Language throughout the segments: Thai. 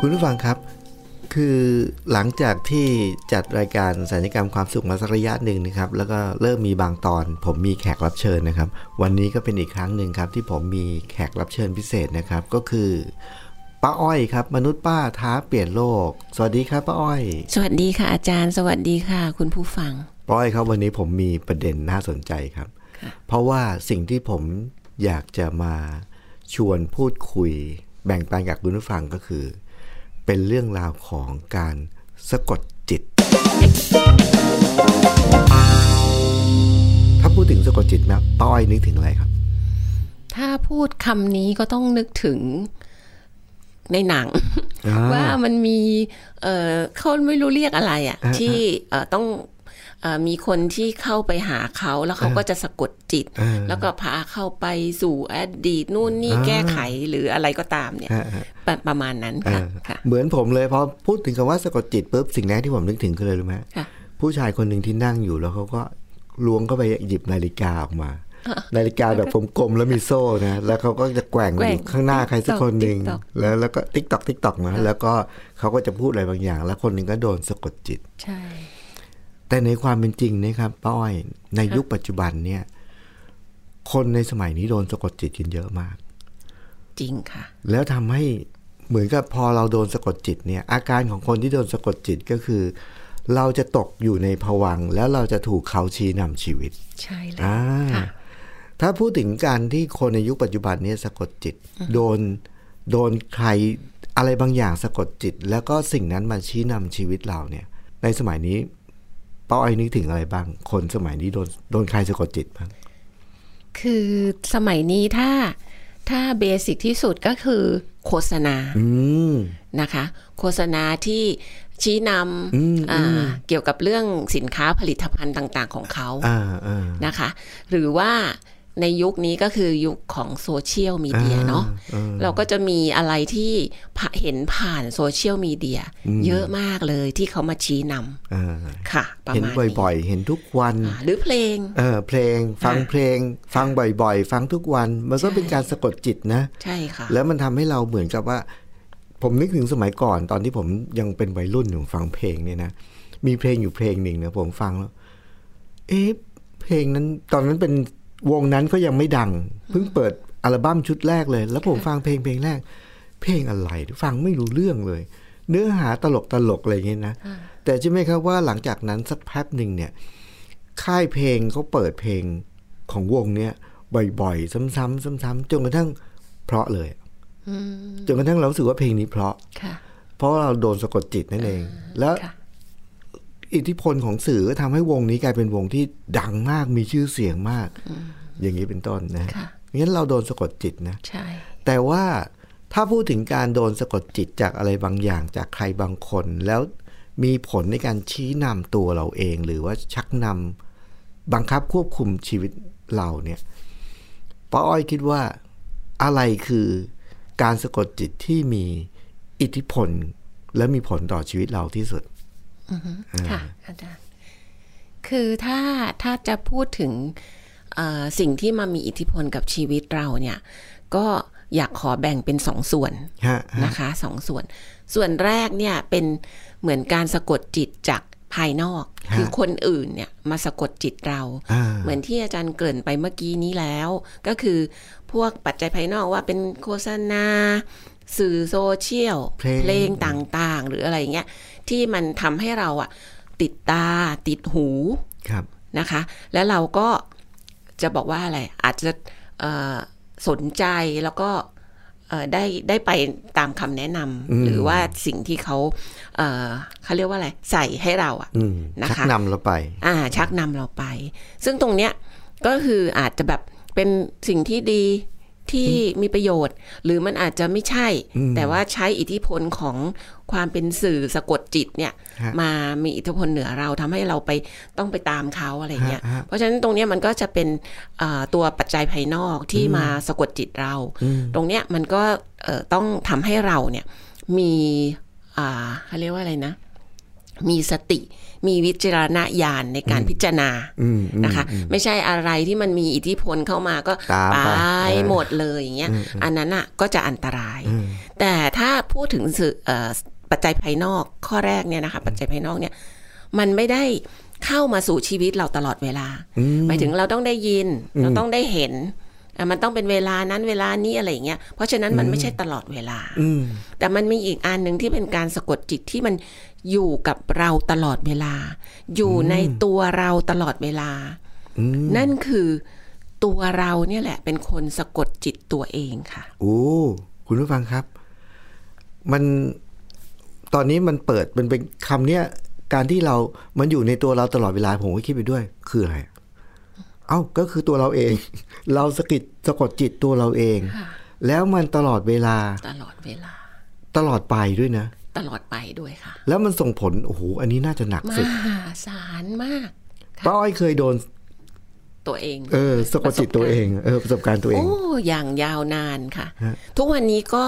คุณผู้ฟังครับ คือหลังจากที่จัดรายการสัญญกรรมความสุขมาสักระยะหนึ่งนะครับ แล้วก็เริ่มมีบางตอน ผมมีแขกรับเชิญนะครับ วันนี้ก็เป็นอีกครั้งหนึ่งครับ ที่ผมมีแขกรับเชิญพิเศษนะครับ ก็คือป้าอ้อยครับ มนุษย์ป้าท้าเปลี่ยนโลก สวัสดีครับป้าอ้อย สวัสดีค่ะอาจารย์ สวัสดีค่ะ คุณผู้ฟัง ป้าอ้อยครับวันนี้ผมมีประเด็นน่าสนใจครับ เพราะว่าสิ่งที่ผมอยากจะมาชวนพูดคุย แบ่งปันกับคุณผู้ฟังก็คือ เป็นเรื่องราวของการสะกดจิต ถ้าพูดถึงสะกดจิตนะป้าอ้อยนึกถึงอะไรครับ ถ้าพูดคำนี้ก็ต้องนึกถึงในหนัง อ่า ว่ามันมีเอ่อเขาไม่รู้เรียกอะไรอะ่ะ ที่เอ่อต้องเอ่อมีคนที่เข้าไปหาเขาแล้วเขาก็จะสะกดจิต อ่า แล้วก็พาเข้าไปสู่อดีตนู่นนี่ อ่า แก้ไขหรืออะไรก็ตามเนี่ยประประมาณนั้น เอ ค่ะ อ ค่ะ เหมือนผมเลยพอพูดถึงคำว่าสะกดจิตปุ๊บสิ่งแรกที่ผมนึกถึงคืออะไรรู้ไหม ค่ะ ผู้ชายคนหนึ่งที่นั่งอยู่แล้วเขาก็ล้วงเข้าไปหยิบนาฬิกาออกมา นาฬิกาแบบผมกลมแล้วมีโซ่นะแล้วเขาก็จะแกว่งไปอยู่ข้างหน้าใครสักคนหนึ่ง TikTok แล้วแล้วก็ติ๊กตอกติ๊กตอกนะแล้วก็เขาก็จะพูดอะไรบางอย่าง แล้วคนหนึ่งก็โดนสะกดจิต ใช่ แต่ในความเป็นจริงนะครับป้าอ้อยในยุคปัจจุบันเนี่ย คนในสมัยนี้โดนสะกดจิตกันเยอะมาก จริงค่ะ แล้วทำให้เหมือนกับพอเราโดนสะกดจิตเนี่ย อาการของคนที่โดนสะกดจิตก็คือ เราจะตกอยู่ในภวังค์แล้วเราจะถูกเขาชี้นำชีวิต ใช่เลย อ่า ค่ะ ถ้าพูดถึงการที่คนในยุคปัจจุบันเนี้สะกดจิต โดนโดนใครอะไรบางอย่างสะกดจิต แล้วก็สิ่งนั้นมาชี้นำชีวิตเราเนี่ย ในสมัยนี้ป้าอ้อยนึกถึงอะไรบ้าง คนสมัยนี้โดนโดนใครสะกดจิตบ้าง คือสมัยนี้ถ้าถ้าเบสิกที่สุดก็คือโฆษณา อืม นะคะโฆษณาที่ชี้น อืม ำอ่าเกี่ยวกับเรื่องสินค้าผลิตภัณฑ์ต่างๆของเขา อ่าอ่า นะคะ หรือว่าในยุคนี้ก็คือยุคของโซเชียลมีเดีย อ่า เนาะ อ่า เราก็จะมีอะไรที่ผเห็นผ่านโซเชียลมีเดียเยอะมากเลยที่เขามาชี้น อ่า ำค่ะ ประ เห็น มาณ บ่อยๆ เห็นทุกวัน อ่าหรือเพลง เออเพลง ฟังเพลง ฟังบ่อยๆ ฟังทุกวัน มันก็ ใช่ เป็นการสะกดจิตนะ ใช่ค่ะ แล้วมันทำให้เราเหมือนกับว่า ผมนึกถึงสมัยก่อนตอนที่ผมยังเป็นวัยรุ่นอยู่ฟังเพลงเนี่ยนะ มีเพลงอยู่เพลงหนึ่งนะผมฟังแล้ว เอ๊ะเพลงนั้นตอนนั้นเป็นวงนั้นก็ยังไม่ดัง เพิ่งเปิดอัลบั้มชุดแรกเลย แล้วผมฟังเพลงเพลงแรก เพลงอะไรฟังไม่รู้เรื่องเลย เนื้อหาตลกตลกๆอะไรอย่างเงี้ยนะ แต่ใช่อไหมครับว่าหลังจากนั้นสักแป๊บหนึ่งเนี่ย ค่ายเพลงเขาเปิดเพลงของวงเนี้ยบ่อยๆ ซ้ำๆซ้ำๆจนกระทั่งเพราะเลยจนกระทั่งเรารู้สึกว่าเพลงนี้เพราะ ค่ะ เพราะเราโดนสะกดจิตนั่นเอง แล้ว ค่ะ อิทธิพลของสื่อก็ทำให้วงนี้กลายเป็นวงที่ดังมากมีชื่อเสียงมาก อย่างนี้เป็นต้นนะ ค่ะ งั้นเราโดนสะกดจิตนะ ใช่ แต่ว่าถ้าพูดถึงการโดนสะกดจิตจากอะไรบางอย่างจากใครบางคน แล้วมีผลในการชี้นำตัวเราเอง หรือว่าชักนำบังคับควบคุมชีวิตเราเนี่ยป้าอ้อยคิดว่าอะไรคือการสะกดจิตที่มีอิทธิพล และมีผลต่อชีวิตเราที่สุด ค่ะอาจารย์คือถ้าถ้าจะพูดถึงเอ่อสิ่งที่มามีอิทธิพลกับชีวิตเราเนี่ย ก็อยากขอแบ่งเป็นสองส่วน ฮะฮะ นะคะสองส่วน ส่วนแรกเนี่ยเป็นเหมือนการสะกดจิตจากภายนอก คือคนอื่นเนี่ยมาสะกดจิตเรา อ่า เหมือนที่อาจารย์เกริ่นไปเมื่อกี้นี้แล้ว ก็คือพวกปัจจัยภายนอกว่าเป็นโฆษณา สื่อโซเชียล เพลง งต่างๆ หรืออะไรอย่างเงี้ยที่มันทำให้เราอะติดตาติดหู ครับ นะคะ แล้วเราก็จะบอกว่าอะไรอาจจะเอ่อสนใจแล้วก็ เอ่อได้ได้ไปตามคำแนะนำหรือว่าสิ่งที่เขาเอ่อเขาเรียกว่าอะไรใส่ให้เราอะ อืม นะ ชัก คะ นำเราไป อ่าชักนำเราไป ซึ่งตรงเนี้ยก็คืออาจจะแบบเป็นสิ่งที่ดีที่มีประโยชน์ หรือมันอาจจะไม่ใช่ แต่ว่าใช้อิทธิพลของความเป็นสื่อสะกดจิตเนี่ย ฮะ มามีอิทธิพลเหนือเราทำให้เราไปต้องไปตามเขาอะไรเงี้ย ฮะฮะ เพราะฉะนั้นตรงเนี้ยมันก็จะเป็นเอ่อตัวปัจจัยภายนอกที่มาสะกดจิตเรา ตรงเนี้ยมันก็เอ่อต้องทำให้เราเนี่ยมีอ่าเขาเรียกว่าอะไรนะ มีสติ มีวิจารณญาณในการพิจารณา อืมอืม นะคะ ไม่ใช่อะไรที่มันมีอิทธิพลเข้ามาก็ ตามไปเออ หมดเลยอย่างเงี้ยอันนั้นอ่ะก็จะอันตราย แต่ถ้าพูดถึงสื่อเอ่อปัจจัยภายนอกข้อแรกเนี่ยนะคะปัจจัยภายนอกเนี่ยมันไม่ได้เข้ามาสู่ชีวิตเราตลอดเวลา หมายถึงเราต้องได้ยินเราต้องได้เห็นอ่ะมันต้องเป็นเวลานั้นเวลานี้อะไรอย่างเงี้ยเพราะฉะนั้นมันไม่ใช่ตลอดเวลา อืม แต่มันมีอีกอันหนึ่งที่เป็นการสะกดจิตที่มันอยู่กับเราตลอดเวลา อยู่ในตัวเราตลอดเวลา อืม นั่นคือตัวเราเนี่ยแหละ เป็นคนสะกดจิตตัวเองค่ะ โอ้คุณผู้ฟังครับ มันตอนนี้มันเปิดมันเป็นคำเนี้ยการที่เรา มันอยู่ในตัวเราตลอดเวลาผมก็คิดไปด้วย คืออะไรเอ้าก็คือตัวเราเอง เราสะกิดสะกดจิตตัวเราเอง แล้วมันตลอดเวลา ตลอดเวลา ตลอดไปด้วยนะ ตลอดไปด้วยค่ะ แล้วมันส่งผลโอ้โหอันนี้น่าจะหนัก ม สุด หาศาลมาก ป้าอ้อยเคยโดน ตัวเอง เออสะกดจิตตัวเอง เออประสบการณ์ตัวเอง โอ้อย่างยาวนานค่ะ ฮะ ทุกวันนี้ก็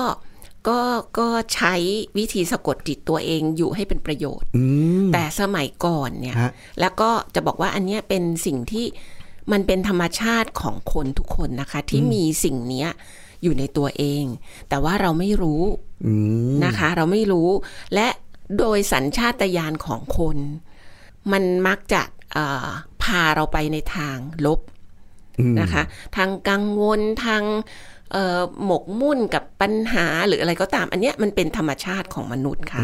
ก็ก็ใช้วิธีสะกดจิตตัวเองอยู่ให้เป็นประโยชน์ อืม แต่สมัยก่อนเนี่ย ฮะ แล้วก็จะบอกว่าอันเนี้ยเป็นสิ่งที่มันเป็นธรรมชาติของคนทุกคนนะคะ ที่มีสิ่งเนี้ยอยู่ในตัวเอง แต่ว่าเราไม่รู้ อืม นะคะ เราไม่รู้ และโดยสัญชาตญาณของคน มันมักจะเอ่อพาเราไปในทางลบนะคะ ทางกังวลทางเอ่อหมกมุ่นกับปัญหาหรืออะไรก็ตาม อันเนี้ยมันเป็นธรรมชาติของมนุษย์ค่ะ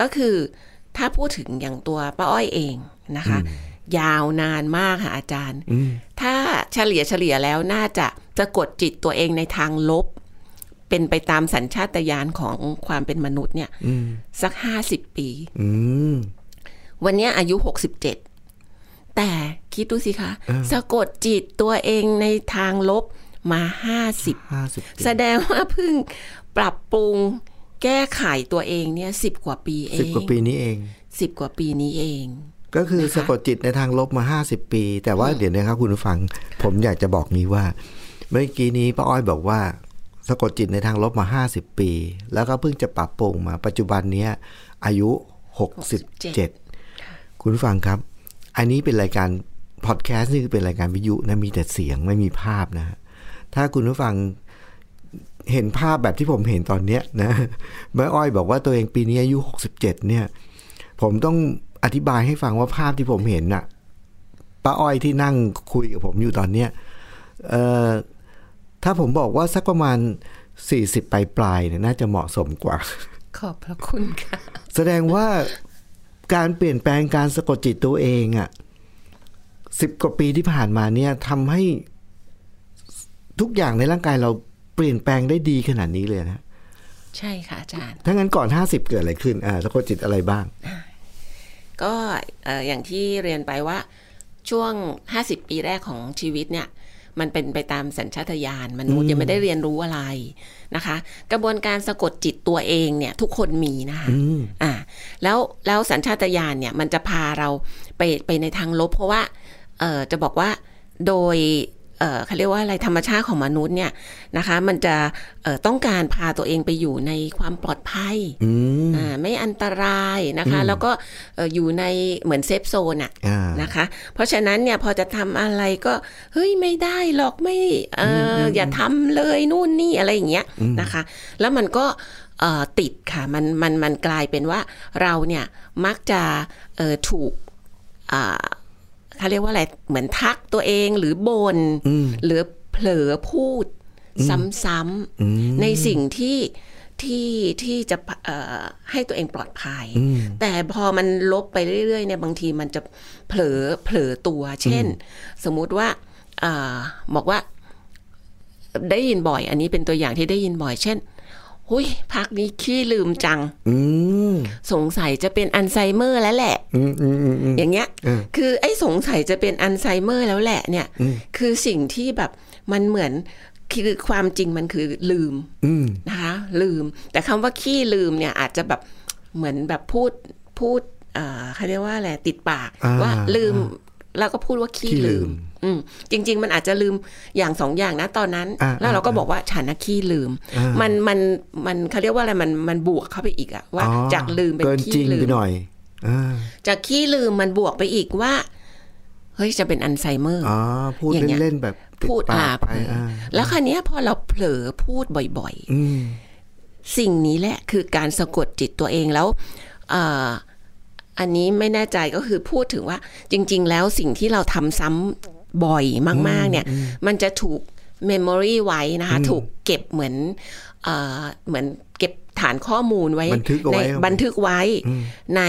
ก็คือถ้าพูดถึงอย่างตัวป้าอ้อยเองนะคะ ยาวนานมากค่ะอาจารย์ ถ้าเฉลี่ยเฉลี่ยแล้วน่าจะสะกดจิตตัวเองในทางลบ เป็นไปตามสัญชาตญาณของความเป็นมนุษย์เนี่ยสักห้าสิบปี อืม วันเนี้ยอายุ 67 แต่คิดดูสิคะสะกดจิตตัวเองในทางลบมา 50 ห้าสิบ แสดงว่าเพิ่งปรับปรุงแก้ไขตัวเองเนี่ยสิบกว่าปีเอง สิบกว่าปีนี้เอง สิบกว่าปีนี้เอง ก็คือสะกดจิตในทางลบมา 50 ปี แต่ว่าเดี๋ยวนะครับคุณผู้ฟัง ผมอยากจะบอกนี้ว่า เมื่อกี้นี้ป้าอ้อยบอกว่า สะกดจิตในทางลบมา 50 ปี แล้วก็เพิ่งจะปรับปรุงมาปัจจุบันเนี้ยอายุ 67 คุณผู้ฟังครับ อันนี้เป็นรายการพอดแคสต์นี่คือเป็นรายการวิทยุนะมีแต่เสียงไม่มีภาพนะฮะถ้าคุณผู้ฟัง เห็นภาพแบบที่ผมเห็นตอนเนี้ยนะ แม่อ้อยบอกว่าตัวเองปีนี้อายุหกสิบเจ็ดเนี่ย ผมต้องอธิบายให้ฟังว่าภาพที่ผมเห็นน่ะป้าอ้อยที่นั่งคุยกับผมอยู่ตอนเนี้ยเอ่อถ้าผมบอกว่าสักประมาณสี่สิบปลายปลายๆเนี่ยน่าจะเหมาะสมกว่า ขอบพระคุณค่ะ แสดงว่าการเปลี่ยนแปลงการสะกดจิตตัวเองอะสิบกว่าปีที่ผ่านมาเนี่ยทำให้ทุกอย่างในร่างกายเราเปลี่ยนแปลงได้ดีขนาดนี้เลยนะ ใช่ค่ะอาจารย์ ถ้างั้นก่อน 50 เกิดอะไรขึ้น อ่าสะกดจิตอะไรบ้าง ก็เอ่ออย่างที่เรียนไปว่าช่วง 50 ปีแรกของชีวิตเนี่ย มันเป็นไปตามสัญชาตญาณมนุษย์ยังไม่ได้เรียนรู้อะไรนะคะ กระบวนการสะกดจิตตัวเองเนี่ย ทุกคนมีนะคะอ่าแล้วแล้วสัญชาตญาณเนี่ย มันจะพาเราไปไปในทางลบ เพราะว่าเอ่อจะบอกว่าโดยเอ่อเขาเรียกว่าอะไรธรรมชาติของมนุษย์เนี่ยนะคะ มันจะเอ่อต้องการพาตัวเองไปอยู่ในความปลอดภัย อืม อ่าไม่อันตรายนะคะ แล้วก็เอ่ออยู่ในเหมือนเซฟโซนอะ อ่า นะคะ เพราะฉะนั้นเนี่ยพอจะทำอะไรก็ เฮ้ยไม่ได้หรอกไม่เออออย่าทำเลยนู่นนี่อะไรอย่างเงี้ยนะคะ แล้วมันก็เอ่อติดค่ะมันมันมันกลายเป็นว่าเราเนี่ยมักจะเอ่อถูกอ่าเขาเรียกว่าอะไรเหมือนทักตัวเองหรือบน่นหรือเผลอพูดซ้ำๆในสิ่งที่ที่ที่จะเอ่อให้ตัวเองปลอดภัย แต่พอมันลบไปเรื่อยๆเนี่ยบางทีมันจะเผลอเผลอตัว เช่น สมมุติว่าเออบอกว่า ได้ยินบ่อย อันนี้เป็นตัวอย่างที่ได้ยินบ่อย เช่นหุยพักนี้ขี้ลืมจัง อืม สงสัยจะเป็นอัลไซเมอร์แล้วแหละ อืมอืมอืมอืม อย่างเงี้ย เออ คือไอ้สงสัยจะเป็นอัลไซเมอร์แล้วแหละเนี่ย อืม คือสิ่งที่แบบมันเหมือนคือความจริงมันคือลืม อืม นะคะลืม แต่คำว่าขี้ลืมเนี่ยอาจจะแบบเหมือนแบบพูดพูดเอ่อเขาเรียกว่าอะไรติดปาก อ่า ว่าลืมแล้วก็พูดว่าขี้ ขี้ลื ลื ม มอืมจริง ๆ มันอาจจะลืมอย่างสองอย่างนะตอนนั้น อ่า แล้วเราก็ อ่า บอกว่าฉันนะขี้ลืม อ่ามั มันมันมันเขาเรียกว่าอะไรมันมันบวกเข้าไปอีกอะว่า อ๋อ จากลืมเป็น เกิน ขี้ จริง ลื ไป ม หน่อยอ่า จากขี้ลืมมันบวกไปอีกว่า เฮ้ยจะเป็นอัลไซเมอร์ อ๋อพูด อย่างเงี้ย เล่นๆแบบติ พูด ป อาก ไปอ่า แล้วคราวเนี้ยพอเราเผลอพูดบ่อย อืม ๆ สิ่งนี้แหละคือการสะกดจิตตัวเองแล้วเอ่ออันนี้ไม่แน่ใจก็คือพูดถึงว่า จริง ๆ แล้วสิ่งที่เราทำซ้ำบ่อยมาก ๆ เนี่ย มันจะถูกเมมโมรีไว้นะคะ ถูกเก็บเหมือนเออเหมือนเก็บฐานข้อมูลไว้ บันทึกเอา ใน ไว้ บันทึกไว้ อืม ใน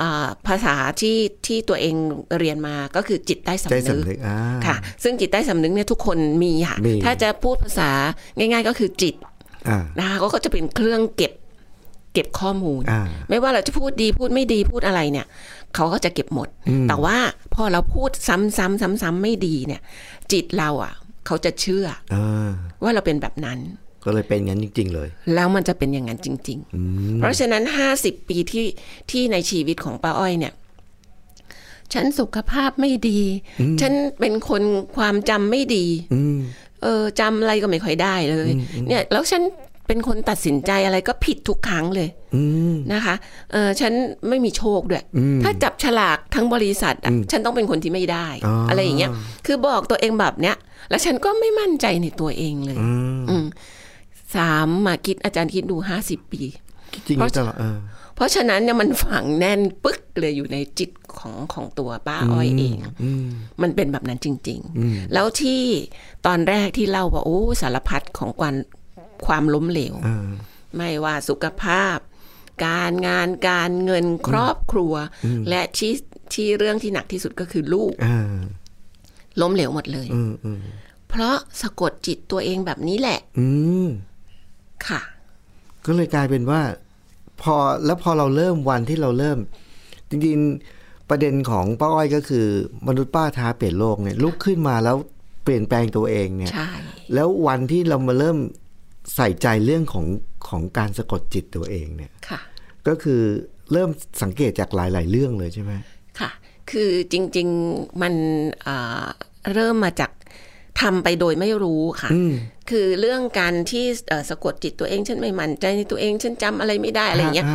อ่าภาษาที่ที่ตัวเองเรียนมาก็คือจิตใต้ ใจ สำนึ สำ ก นึกอ่า ค่ะ ซึ่งจิตใต้สำนึกเนี่ยทุกคนมีค่ะ มี ถ้าจะพูดภาษาง่าย ๆ ก็คือจิต อ่า นะคะเขาก็จะเป็นเครื่องเก็บเก็บข้อมูล อ่า ไม่ว่าเราจะพูดดีพูดไม่ดีพูดอะไรเนี่ย เขาก็จะเก็บหมด อืม แต่ว่าพอเราพูดซ้ำๆซ้ำๆไม่ดีเนี่ย จิตเราอ่ะ เขาจะเชื่อ อ่า ว่าเราเป็นแบบนั้น ก็เลยเป็นงั้นจริง ๆ เลย แล้วมันจะเป็นอย่างนั้นจริง ๆ อืม เพราะฉะนั้น 50 ปีที่ที่ในชีวิตของป้าอ้อยเนี่ย ฉันสุขภาพไม่ดี ฉันเป็นคนความจำไม่ดี อืม เออจำอะไรก็ไม่ค่อยได้เลย เนี่ย แล้วฉันเป็นคนตัดสินใจอะไรก็ผิดทุกครั้งเลย อืม นะคะเออฉันไม่มีโชคด้วย อืม ถ้าจับฉลากทั้งบริษัทอะ อืม ฉันต้องเป็นคนที่ไม่ได้ อ๋ออ อะไรอย่างเงี้ย คือบอกตัวเองแบบเนี้ย แล้วฉันก็ไม่มั่นใจในตัวเองเลย อืม อืมสามมาคิดอาจารย์คิดดูห้าสิบปี จริง เพราะ ตลอดเออ เพราะฉะนั้นเนี่ยมันฝังแน่นปึ๊กเลยอยู่ในจิตของของตัวป้าอ้อยเอง อืม มันเป็นแบบนั้นจริง ๆ แล้วที่ตอนแรกที่เล่าว่าโอ้สารพัดของความความล้มเหลว เออ ไม่ว่าสุขภาพ การงานการเงินครอบครัว และที่ที่เรื่องที่หนักที่สุดก็คือลูก เออ ล้มเหลวหมดเลย อืมอืม เพราะสะกดจิตตัวเองแบบนี้แหละ อืม ค่ะ ก็เลยกลายเป็นว่า พอแล้วพอเราเริ่มวันที่เราเริ่ม จริงๆประเด็นของป้าอ้อยก็คือ มนุษย์ป้าท้าเปลี่ยนโลกเนี่ยลุกขึ้นมาแล้วเปลี่ยนแปลงตัวเองเนี่ย ใช่ แล้ววันที่เรามาเริ่มใส่ใจเรื่องของของการสะกดจิตตัวเองเนี่ย ค่ะ ก็คือเริ่มสังเกตจากหลาย ๆ เรื่องเลยใช่ไหม ค่ะ คือจริงๆมันเอ่อเริ่มมาจากทำไปโดยไม่รู้ค่ะ อืม คือเรื่องการที่เอ่อสะกดจิตตัวเองฉันไม่มั่นใจในตัวเองฉันจำอะไรไม่ได้อะไรอย่างเงี้ย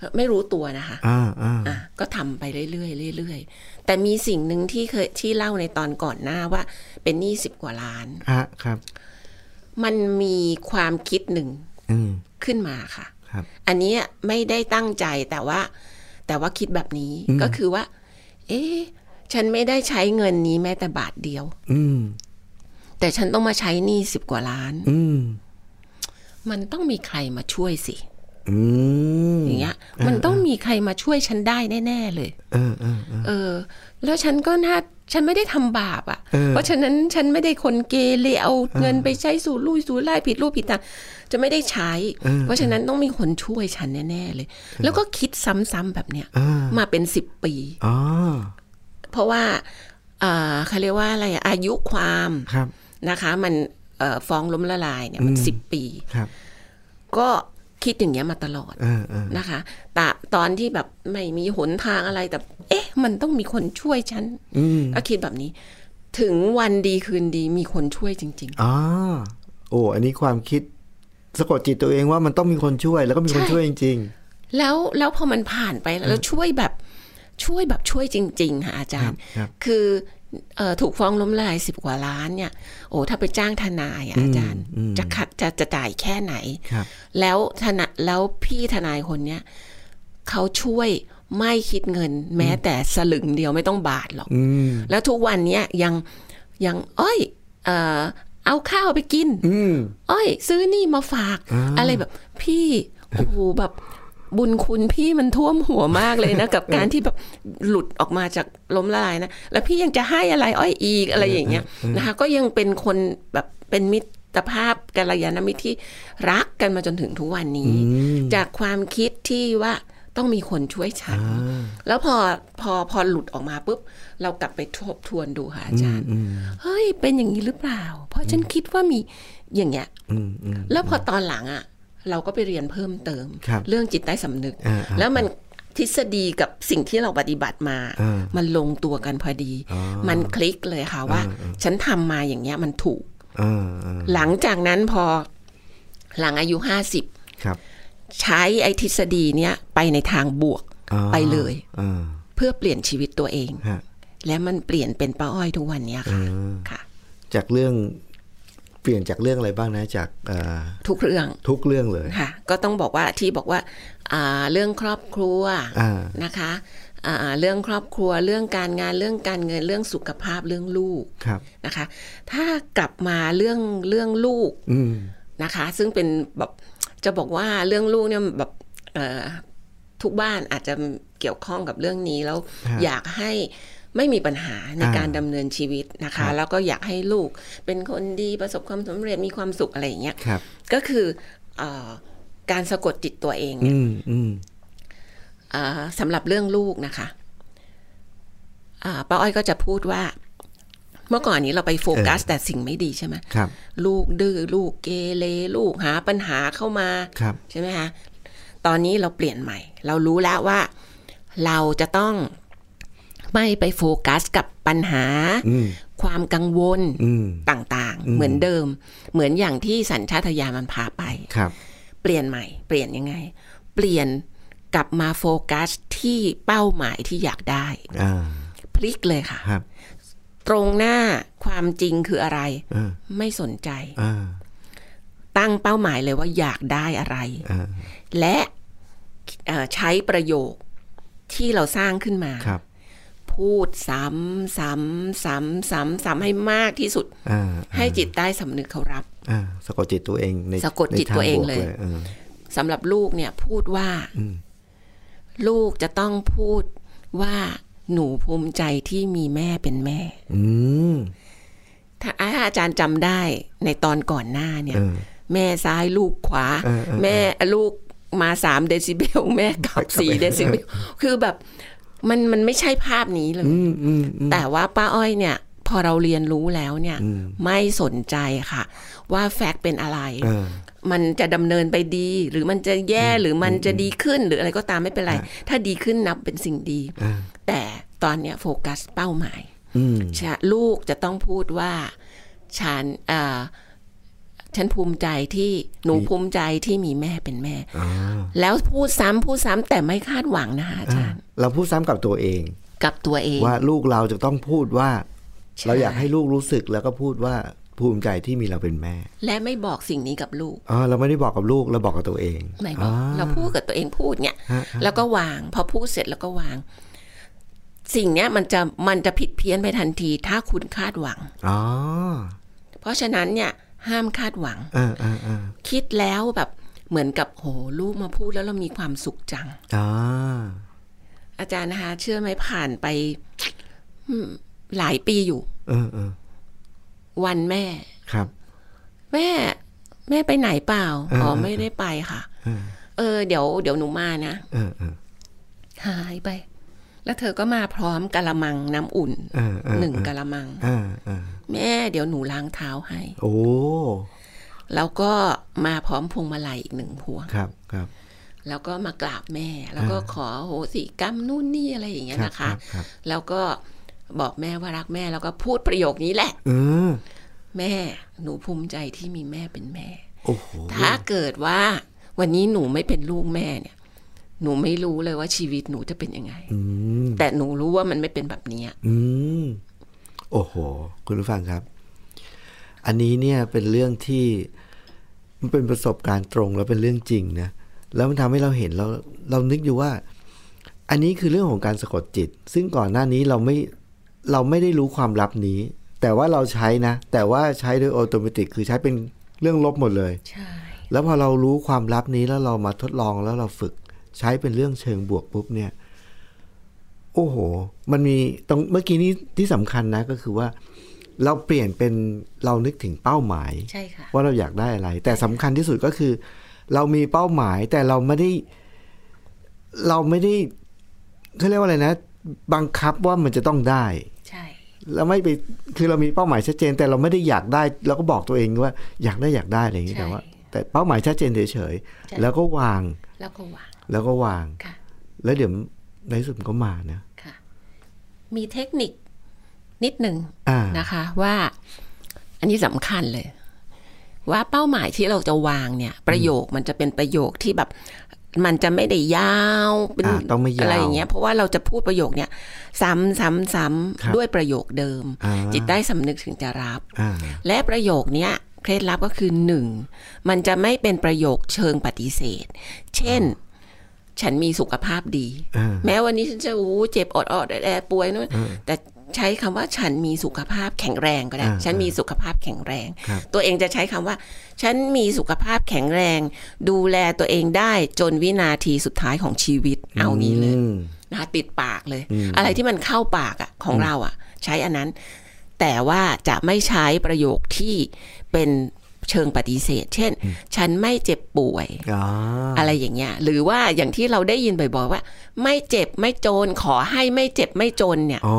ฮะ ไม่รู้ตัวนะคะ อ่าอ่า อ่ะก็ทำไปเรื่อยๆเรื่อยๆ แต่มีสิ่งหนึ่งที่เคยที่เล่าในตอนก่อนหน้าว่าเป็นหนี้สิบกว่าล้าน ฮะครับ มันมีความคิดหนึ่ง อืม ขึ้นมาค่ะ ครับ อันเนี้ยไม่ได้ตั้งใจแต่ว่า แต่ว่าคิดแบบนี้ อืม ก็คือว่า เอ๊ะฉันไม่ได้ใช้เงินนี้แม้แต่บาทเดียว อืม แต่ฉันต้องมาใช้หนี้สิบกว่าล้าน อืม มันต้องมีใครมาช่วยสิ อืม อย่างเงี้ย มันต้องมีใครมาช่วยฉันได้แน่ๆเลย เออเออเออ เออ แล้วฉันก็น่าฉันไม่ได้ทำบาปอะ่ะ เออ เพราะฉะนั้นฉันไม่ได้คนเกเรเอาเงินไปใช้สู่ลุยสู่ไล่ผิดรูปผิดทางจะไม่ได้ใช้ เพราะฉะนั้นต้องมีคนช่วยฉันแน่ๆเลย แล้วก็คิดซ้ำๆแบบเนี้ย อ่า มาเป็นสิบปี อ๋อ เพราะว่าอ่าเขาเรียกว่าอะไรอะอายุความ ครับ นะคะ มันเอ่อฟ้องล้มละลายเนี่ยมันสิบปี ครับ ก็คิดอย่างเงี้ยมาตลอด เออเออ นะคะแต่ตอนที่แบบไม่มีหนทางอะไรแต่ เอ๊ะ มันต้องมีคนช่วยฉัน อืม ก็คิดแบบนี้ ถึงวันดีคืนดีมีคนช่วยจริง อ๋อโอ้อันนี้ความคิดสะกดจิตตัวเองว่ามันต้องมีคนช่วยแล้วก็มีคน ใช่ ช่วยจริง ๆ แล้วแล้วพอมันผ่านไปแล้วช่วยแบบช่วยแบบช่วยจริง ๆ ค่ะอาจารย์ ครับครับ คือเออถูกฟ้องล้มละลายสิบกว่าล้านเนี่ย โอ้ถ้าไปจ้างทนายอะอาจารย์ จะขัดจะจะจ่ายแค่ไหน ๆ ครับ แล้วทนายแล้วพี่ทนายคนเนี้ยเขาช่วยไม่คิดเงิน แม้แต่สลึงเดียวไม่ต้องบาทหรอก อืม แล้วทุกวันเนี้ยยังยังอ้อยเอ่อเอาข้าวไปกิน อืม อ้อย ซื้อนี่มาฝาก อะไรแบบ พี่โอ้โหแบบบุญคุณพี่มันท่วมหัวมากเลยนะ กับการที่แบบหลุดออกมาจากล้มละลายนะ แล้วพี่ยังจะให้อะไรอ้อยอีกอะไรอย่างเงี้ยนะคะก็ยังเป็นคนแบบเป็นมิตร ตรภาพกัลยาณมิตรที่รักกันมาจนถึงทุกวันนี้ จากความคิดที่ว่าต้องมีคนช่วยฉัน แล้วพอพอพอหลุดออกมาปุ๊บ เรากลับไปทบทวนดูค่ะอาจารย์ เฮ้ย เป็นอย่างนี้หรือเปล่า เพราะฉันคิดว่ามีอย่างเงี้ย อืมอืม แล้วพอตอนหลังอ่ะ เราก็ไปเรียนเพิ่มเติม ครับ เรื่องจิตใต้สำนึก อ่าๆ แล้วมันทฤษฎีกับสิ่งที่เราปฏิบัติมา อ่ามั มันลงตัวกันพอดี อ๋อ มันคลิกเลยค่ะว่า ฉันทำมาอย่างเงี้ยมันถูก อ่าอ่า หลังจากนั้นพอหลังอายุห้าสิบ ครับ ใช้ไอทฤษฎีเนี้ยไปในทางบวก อ่า ไปเลย อ่า เพื่อเปลี่ยนชีวิตตัวเอง ฮะ และมันเปลี่ยนเป็นป้าอ้อยทุกวันเนี้ยค่ะ อืม ค่ะ จากเรื่องเปลี่ยนจากเรื่องอะไรบ้างนะ จากเอ่อ ทุกเรื่อง ทุกเรื่องเลย ค่ะก็ต้องบอกว่าที่บอกว่าอ่าเรื่องครอบครัว อ่า นะคะอ่าเรื่องครอบครัวเรื่องการงานเรื่องการเงินเรื่องสุขภาพเรื่องลูก ครับ นะคะ ถ้ากลับมาเรื่องเรื่องลูก อืม นะคะ ซึ่งเป็นแบบจะบอกว่าเรื่องลูกเนี่ยแบบเอ่อทุกบ้านอาจจะเกี่ยวข้องกับเรื่องนี้แล้ว ฮะ อยากให้ไม่มีปัญหาใน อ่า การดำเนินชีวิตนะ ครั คะ บ แล้วก็อยากให้ลูกเป็นคนดีประสบความสำเร็จมีความสุขอะไรอย่างเงี้ย ครับ ก็คือเออการสะกดจิตตัวเองเนี่ย อืมอืม เอ่อสำหรับเรื่องลูกนะคะอ่าป้าอ้อยก็จะพูดว่า เมื่อก่อนนี้เราไปโฟกัสแต่สิ่งไม่ดีใช่ไหม ครับ ลูกดื้อลูกเกเรลูกหาปัญหาเข้ามา ครับ ใช่ไหมคะตอนนี้เราเปลี่ยนใหม่ เรารู้แล้วว่าเราจะต้องไม่ไปโฟกัสกับปัญหา อืม ความกังวล อืม ต่างๆ เหมือนเดิม เหมือนอย่างที่สัญชาตญาณมันพาไป ครับ เปลี่ยนใหม่ เปลี่ยนยังไง เปลี่ยนกลับมาโฟกัสที่เป้าหมายที่อยากได้ อ่า พลิกเลยค่ะ ครับ ตรงหน้าความจริงคืออะไร อ่า ไม่สนใจ อ่า ตั้งเป้าหมายเลยว่าอยากได้อะไร อ่า และเอ่อใช้ประโยคที่เราสร้างขึ้นมา ครับ พูดซ้ำซ้ำซ้ำซ้ำซ้ำให้มากที่สุด อ่า ให้จิตใต้สำนึกเขารับ อ่าสะกดจิตตัวเองใน สะกดจิต ในทา ตัวเอง บ เลย เออ สำหรับลูกเนี่ยพูดว่า อืม ลูกจะต้องพูดว่าหนูภูมิใจที่มีแม่เป็นแม่ อืม ถ้าอาจารย์จำได้ในตอนก่อนหน้าเนี่ย เออ แม่ซ้ายลูกขวา เออเออเออ แม่ลูกมาสามเดซิเบล แม่กลักบลับไป สี่เดซิเบ ล คือแบบมันมันไม่ใช่ภาพนี้เลย อืมอืมอืม แต่ว่าป้าอ้อยเนี่ย พอเราเรียนรู้แล้วเนี่ย อืม ไม่สนใจค่ะ ว่าแฟกต์เป็นอะไร เออ มันจะดำเนินไปดี หรือมันจะแย่หรือมันจะดีขึ้นหรืออะไรก็ตามไม่เป็นไร ถ้าดีขึ้นนับเป็นสิ่งดี อ่า แต่ตอนเนี้ยโฟกัสเป้าหมาย อืม ชะลูกจะต้องพูดว่าฉันเอ่อฉันภูมิใจที่หนูภูมิใจที่มีแม่เป็นแม่ อ่า แล้วพูดซ้ำพูดซ้ำแต่ไม่คาดหวังนะคะอาจารย์ เราพูดซ้ำกับตัวเอง กับตัวเอง ว่าลูกเราจะต้องพูดว่า ใช่ เราอยากให้ลูกรู้สึกแล้วก็พูดว่าภูมิใจที่มีเราเป็นแม่ และไม่บอกสิ่งนี้กับลูก อ๋อเราไม่ได้บอกกับลูกเราบอกกับตัวเอง ไม่บอก า เราพูดกับตัวเองพูดเนี่ย ฮะฮะ แล้วก็วาง พอพูดเสร็จแล้วก็วาง สิ่งเนี้ยมันจะมันจะผิดเพี้ยนไปทันที ถ้าคุณคาดหวัง อ๋อ เพราะฉะนั้นเนี่ยห้ามคาดหวัง เออเออเออ คิดแล้วแบบเหมือนกับโหลูกมาพูดแล้วเรามีความสุขจัง อ่า อาจารย์นะคะ เชื่อไหมผ่านไปอืมหลายปีอยู่ เออเออ วันแม่ ครับ แม่ แม่ไปไหนเปล่าอ๋อ เออ ไม่ได้ไปค่ะ เออ เออเดี๋ยวเดี๋ยวหนูมานะ เออเออ หายไป แล้วเธอก็มาพร้อมกะละมังน้ำอุ่น เออเออ หนึ่งกะละมัง เออเออ แม่ เดี๋ยวหนูล้างเท้าให้ โอ้ แล้วก็มาพร้อมพวงมาลัยอีกหนึ่งพวง ครับครับ แล้วก็มากราบแม่ แล้วก็ขอโหสิกรรมนู่นนี่อะไรอย่างเงี้ยนะ ครั คะ บครับ แล้วก็บอกแม่ว่ารักแม่แล้วก็พูดประโยคนี้แหละ เออ แม่หนูภูมิใจที่มีแม่เป็นแม่ โอ้โห ถ้าเกิดว่าวันนี้หนูไม่เป็นลูกแม่เนี่ย หนูไม่รู้เลยว่าชีวิตหนูจะเป็นยังไง อืม แต่หนูรู้ว่ามันไม่เป็นแบบเนี้ย อืมโอ้โห คุณผู้ฟังครับ อันนี้เนี่ยเป็นเรื่องที่ มันเป็นประสบการณ์ตรงแล้วเป็นเรื่องจริงนะ แล้วมันทำให้เราเห็นเราเรานึกอยู่ว่า อันนี้คือเรื่องของการสะกดจิต ซึ่งก่อนหน้านี้เราไม่เราไม่ได้รู้ความลับนี้ แต่ว่าเราใช้นะ แต่ว่าใช้โดยออโตเมติกคือใช้เป็นเรื่องลบหมดเลย ใช่ แล้วพอเรารู้ความลับนี้แล้วเรามาทดลองแล้วเราฝึกใช้เป็นเรื่องเชิงบวกปุ๊บเนี่ย โอ้โห มันมีตรงเมื่อกี้นี้ที่สำคัญนะก็คือว่า เราเปลี่ยนเป็นเรานึกถึงเป้าหมาย ใช่ค่ะ ว่าเราอยากได้อะไร แต่สำคัญที่สุดก็คือ เรามีเป้าหมายแต่เราไม่ได้ เราไม่ได้เขาเรียกว่าอะไรนะ บังคับว่ามันจะต้องได้ ใช่ เราไม่ไปคือเรามีเป้าหมายชัดเจน แต่เราไม่ได้อยากได้เราก็บอกตัวเองว่า อยากได้อยากได้อะไรอย่างนี้ ใช่ แต่ว่า แต่เป้าหมายชัดเจนเฉย ใช่ ๆแล้วก็วาง แล้วก็วาง แล้วก็วาง ค่ะ แล้วเดี๋ยวในที่สุดมันก็มานะ ค่ะ มีเทคนิคนิดหนึ่ง อ่า นะคะว่า อันนี้สำคัญเลย ว่าเป้าหมายที่เราจะวางเนี่ย ประโยคมันจะเป็นประโยคที่แบบ มันจะไม่ได้ยาวเป็น อ่าต้องไม่ยาว ไรอย่างเงี้ยเพราะว่าเราจะพูดประโยคเนี่ยซ้ำซ้ำซ้ ครับ ำด้วยประโยคเดิม อ่า จิตใต้สำนึกถึงจะรับ อ่า และประโยคเนี้ยเคล็ดลับก็คือหนึ่งมันจะไม่เป็นประโยคเชิงปฏิเสธ เช่น ฉันมีสุขภาพดี อ่า แม้วันนี้ฉันจะอู้เจ็บอดอดแอดแอดป่วยนู่น เออ แต่ใช้คำว่าฉันมีสุขภาพแข็งแรงก็ได้ อ่า ฉันมีสุขภาพแข็งแรง ครับ ตัวเองจะใช้คำว่า ฉันมีสุขภาพแข็งแรง ดูแลตัวเองได้จนวินาทีสุดท้ายของชีวิตเอางี้เลย อืม นะคะติดปากเลย อืม อะไรที่มันเข้าปากอะของเราอะใช้อันนั้น แต่ว่าจะไม่ใช้ประโยคที่เป็นเชิงปฏิเสธ เช่น ฉันไม่เจ็บป่วย อ่า อะไรอย่างเงี้ย หรือว่าอย่างที่เราได้ยินบ่อยๆว่า ไม่เจ็บไม่จนขอให้ไม่เจ็บไม่จนเนี่ย อ๋อ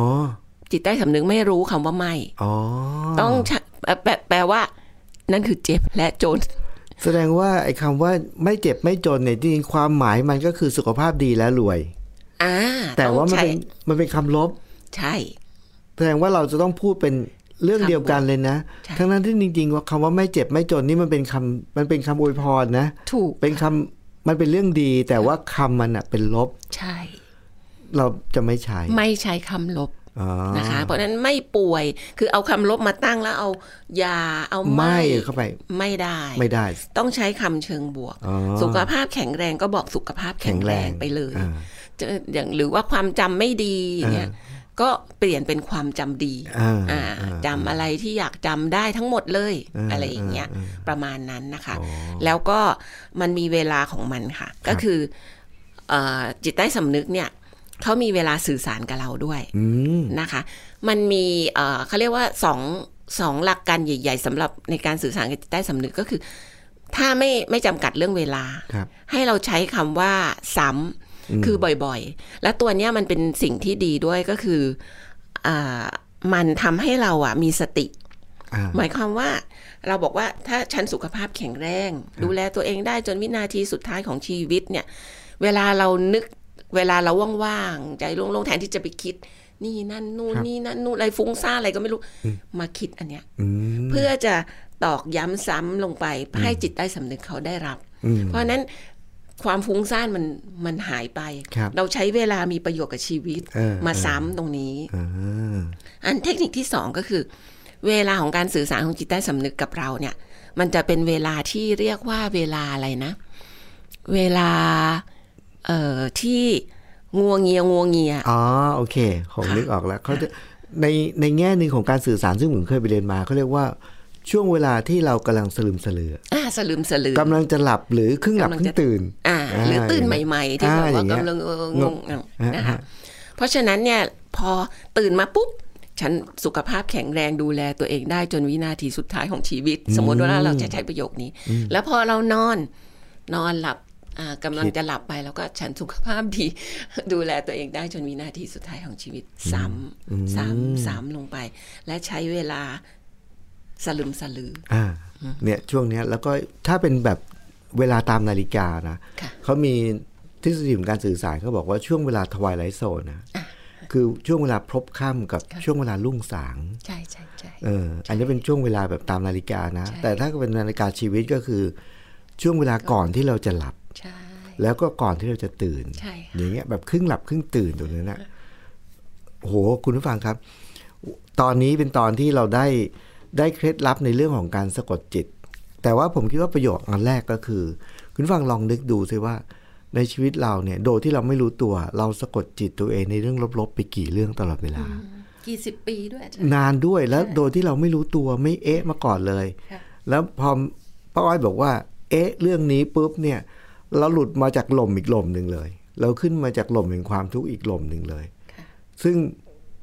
จิตใต้สำนึกไม่รู้คำว่าไม่ อ๋อ ต้องใช้แปลแปลแปลว่า นั่นคือเจ็บและจน แสดงว่าไอ้คำว่าไม่เจ็บไม่จนเนี่ยจริงๆความหมายมันก็คือสุขภาพดีและรวย อ่า แต่ว่า อง มัน ใช้ เป็นมันเป็นคำลบ ใช่ แสดงว่าเราจะต้องพูดเป็นเรื่อง คำ เดียวกันเลยนะ ใช่ ทั้งนั้นที่จริงๆว่าคำว่าไม่เจ็บไม่จนนี่มันเป็นคำมันเป็นคำอวยพรนะ ถูก เป็นคำมันเป็นเรื่องดี แต่ว่าคำมันอ่ะเป็นลบ ใช่ เราจะไม่ใช้ ไม่ใช้คำลบ อ๋อ นะคะเพราะฉะนั้นไม่ป่วยคือเอาคำลบมาตั้งแล้วเอายาเอา ไม่ ไม่ เข้าไป ไม่ได้ ไม่ได้ ต้องใช้คำเชิงบวก อ๋อ สุขภาพแข็งแรงก็บอกสุขภาพแข็งแรงไปเลย อ่า จะอย่างหรือว่าความจำไม่ดีอย่างเงี้ยก็เปลี่ยนเป็นความจำดี อ่า อ่า อ่า จำอะไรที่อยากจำได้ทั้งหมดเลย อ่า อะไรอย่างเงี้ย อ่าอ่า ประมาณนั้นนะคะ อ๋อ แล้วก็มันมีเวลาของมันค่ะ ก็คือเออจิตใต้สำนึกเนี่ยเขามีเวลาสื่อสารกับเราด้วย อืม นะคะ มันมีเอ่อเขาเรียกว่าสองสองหลักการใหญ่ ๆสำหรับในการสื่อสารกับจิตใต้สำนึกก็คือ ถ้าไม่ไม่จำกัดเรื่องเวลา ครับ ให้เราใช้คำว่าซ้ำคือบ่อยๆ และตัวเนี้ยมันเป็นสิ่งที่ดีด้วยก็คืออามันทำให้เราอะมีสติ อ่า หมายความว่าเราบอกว่าถ้าฉันสุขภาพแข็งแรง ดูแลตัวเองได้จนวินาทีสุดท้ายของชีวิตเนี่ย เวลาเรานึกเวลาเราว่างๆใจโล่งๆแทนที่จะไปคิด นี่นั่นนู่นนี่นั่นนู่นอะไรฟุ้งซ่านอะไรก็ไม่รู้มาคิดอันเนี้ย อืม เพื่อจะตอกย้ำซ้ำลงไปให้จิตใต้สำนึกเขาได้รับ อืม เพราะฉะนั้นความฟุ้งซ่านมันมันหายไป ครับ เราใช้เวลามีประโยชน์กับชีวิต เออ มาซ้ำตรงนี้ อ่า อันเทคนิคที่สองก็คือ เวลาของการสื่อสารของจิตใต้สำนึกกับเราเนี่ย มันจะเป็นเวลาที่เรียกว่าเวลาอะไรนะ เวลาเอ่อที่งัวงเงียงัวงเงีย อ๋อโอเคผมนึกออกแล้วเขาจะในในแง่หนึ่งของการสื่อสารซึ่งผมเคยไปเรียนมาเขาเรียกว่าช่วงเวลาที่เรากำลังสลืมสลือ อ่าสลืมสลือ กำลังจะหลับหรือครึ่งหลับ กำคลังรึ่ จะ งตื่น อ่า หรือตื่นใหม่ ๆ ที่แบบว่า อ่าอย่างเงี้ย กำลังเอองงอ่ะนะ อ่า คะเพราะฉะนั้นเนี่ยพอตื่นมาปุ๊บ ฉันสุขภาพแข็งแรงดูแลตัวเองได้จนวินาทีสุดท้ายของชีวิต สมมติว่าเราจะใช้ประโยคนี้ แล้วพอเรานอนนอนหลับอ่ากำลังจะหลับไปแล้วก็ฉันสุขภาพดี ดูแลตัวเองได้จนวินาทีสุดท้ายของชีวิต ซ้ำซ้ำซ้ำลงไป และใช้เวลาสลึมสลือ อ่าเนี่ยช่วงเนี้ยแล้วก็ถ้าเป็นแบบเวลาตามนาฬิกานะ ค่ะ เขามีทฤษฎีของการสื่อสารเขาบอกว่าช่วงเวลาทวายไลโซนนะคือช่วงเวลาพลบค่ำกับช่วงเวลารุ่งสาง ใช่ใช่ใช่ เอออันนี้เป็นช่วงเวลาแบบตามนาฬิกานะ ใช่ แต่ถ้าเป็นนาฬิกาชีวิตก็คือช่วงเวลาก่อนที่เราจะหลับ ใช่ แล้วก็ก่อนที่เราจะตื่น ใช่ค่ะ อย่างเงี้ยแบบครึ่งหลับครึ่งตื่นตรงนั้นนะโหคุณผู้ฟังครับ ตอนนี้เป็นตอนที่เราได้ได้เคล็ดลับในเรื่องของการสะกดจิต แต่ว่าผมคิดว่าประโยคอันแรกก็คือ คุณผู้ฟังลองนึกดูสิว่า ในชีวิตเราเนี่ย โดยที่เราไม่รู้ตัว เราสะกดจิตตัวเองในเรื่องลบๆ ไปกี่เรื่องตลอดเวลา กี่สิบปีด้วย นานด้วยแล้วโดยที่เราไม่รู้ตัวไม่เอ๊ะมาก่อนเลย ค่ะ แล้วพอป้าอ้อยบอกว่า เอ๊ะ เรื่องนี้ปุ๊บเนี่ย เราหลุดมาจากหล่มอีกหล่มหนึ่งเลย เราขึ้นมาจากหล่มแห่งความทุกข์อีกหล่มหนึ่งเลย ซึ่ง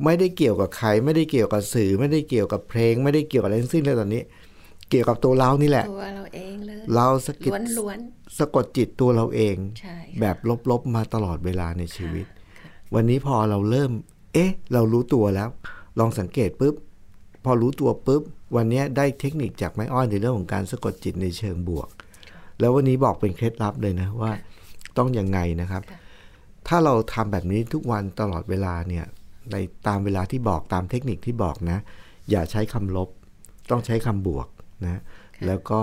ไม่ได้เกี่ยวกับใครไม่ได้เกี่ยวกับสื่อ ไม่ได้เกี่ยวกับเพลง ไม่ได้เกี่ยวกับอะไรทั้งสิ้นเลยตอนนี้ เกี่ยวกับตัวเรานี่แหละ ตัวเราเองเลย เราสะกิด ล้วน สะกดจิตตัวเราเอง ๆใช่ แบบลบๆมาตลอดเวลาในชีวิต วันนี้พอเราเริ่ม เอ๊ะ เรารู้ตัวแล้ว ลองสังเกตปุ๊บ พอรู้ตัวปุ๊บ วันนี้ได้เทคนิคจากไม้อ้อยในเรื่องของการสะกดจิตในเชิงบวก แล้ววันนี้บอกเป็นเคล็ดลับเลยนะว่าต้องยังไงนะครับ ถ้าเราทำแบบนี้ทุกวันตลอดเวลาเนี่ย ในตามเวลาที่บอกตามเทคนิคที่บอกนะ อย่าใช้คำลบ ต้องใช้คำบวกนะ แล้วก็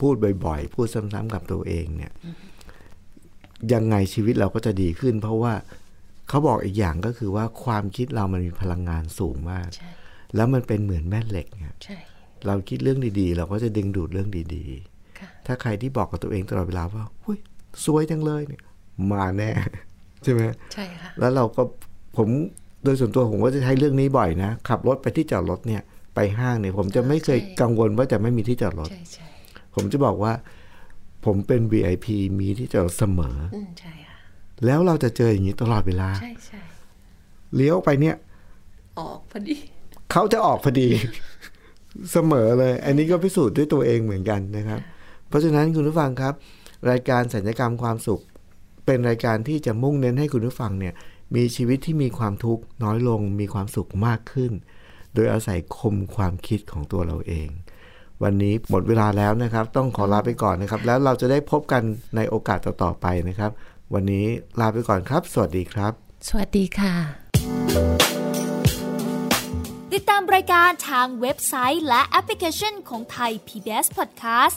พูดบ่อยๆ พูดซ้ำๆกับตัวเองเนี่ย ยังไงชีวิตเราก็จะดีขึ้น เพราะว่าเขาบอกอีกอย่างก็คือว่าความคิดเรามันมีพลังงานสูงมาก ใช่ แล้วมันเป็นเหมือนแม่เหล็กเนี่ย ใช่ เราคิดเรื่องดีๆ เราก็จะดึงดูดเรื่องดี ค่ะ ๆ ถ้าใครที่บอกกับตัวเองตลอดเวลาว่าหุยสวยจังเลยเนี่ย มาแน่ ใช่ไหม ใช่ค่ะ แล้วเราก็ผมโดยส่วนตัวผมก็จะใช้เรื่องนี้บ่อยนะ ขับรถไปที่จอดรถเนี่ยไปห้างเนี่ยผมจะไม่เคย ใช่ กังวลว่าจะไม่มีที่จอดรถ ใช่ใช่ ผมจะบอกว่า ผมเป็น VIP มีที่จอดรถเสมอ อืมใช่ค่ะ แล้วเราจะเจออย่างนี้ตลอดเวลา ใช่ใช่ เลี้ยวไปเนี่ย ออกพอดี เขาจะออกพอดี เสมอเลย อันนี้ก็พิสูจน์ด้วยตัวเองเหมือนกันนะครับ เพราะฉะนั้นคุณผู้ฟังครับ รายการสัญญกรรมความสุข เป็นรายการที่จะมุ่งเน้นให้คุณผู้ฟังเนี่ย มีชีวิตที่มีความทุกข์น้อยลง มีความสุขมากขึ้น โดยอาศัยคมความคิดของตัวเราเอง วันนี้หมดเวลาแล้วนะครับ ต้องขอลาไปก่อนนะครับ แล้วเราจะได้พบกันในโอกาสต่อๆไปนะครับ วันนี้ลาไปก่อนครับ สวัสดีครับ สวัสดีค่ะ ติดตามรายการทางเว็บไซต์และแอปพลิเคชันของไทย PBS Podcast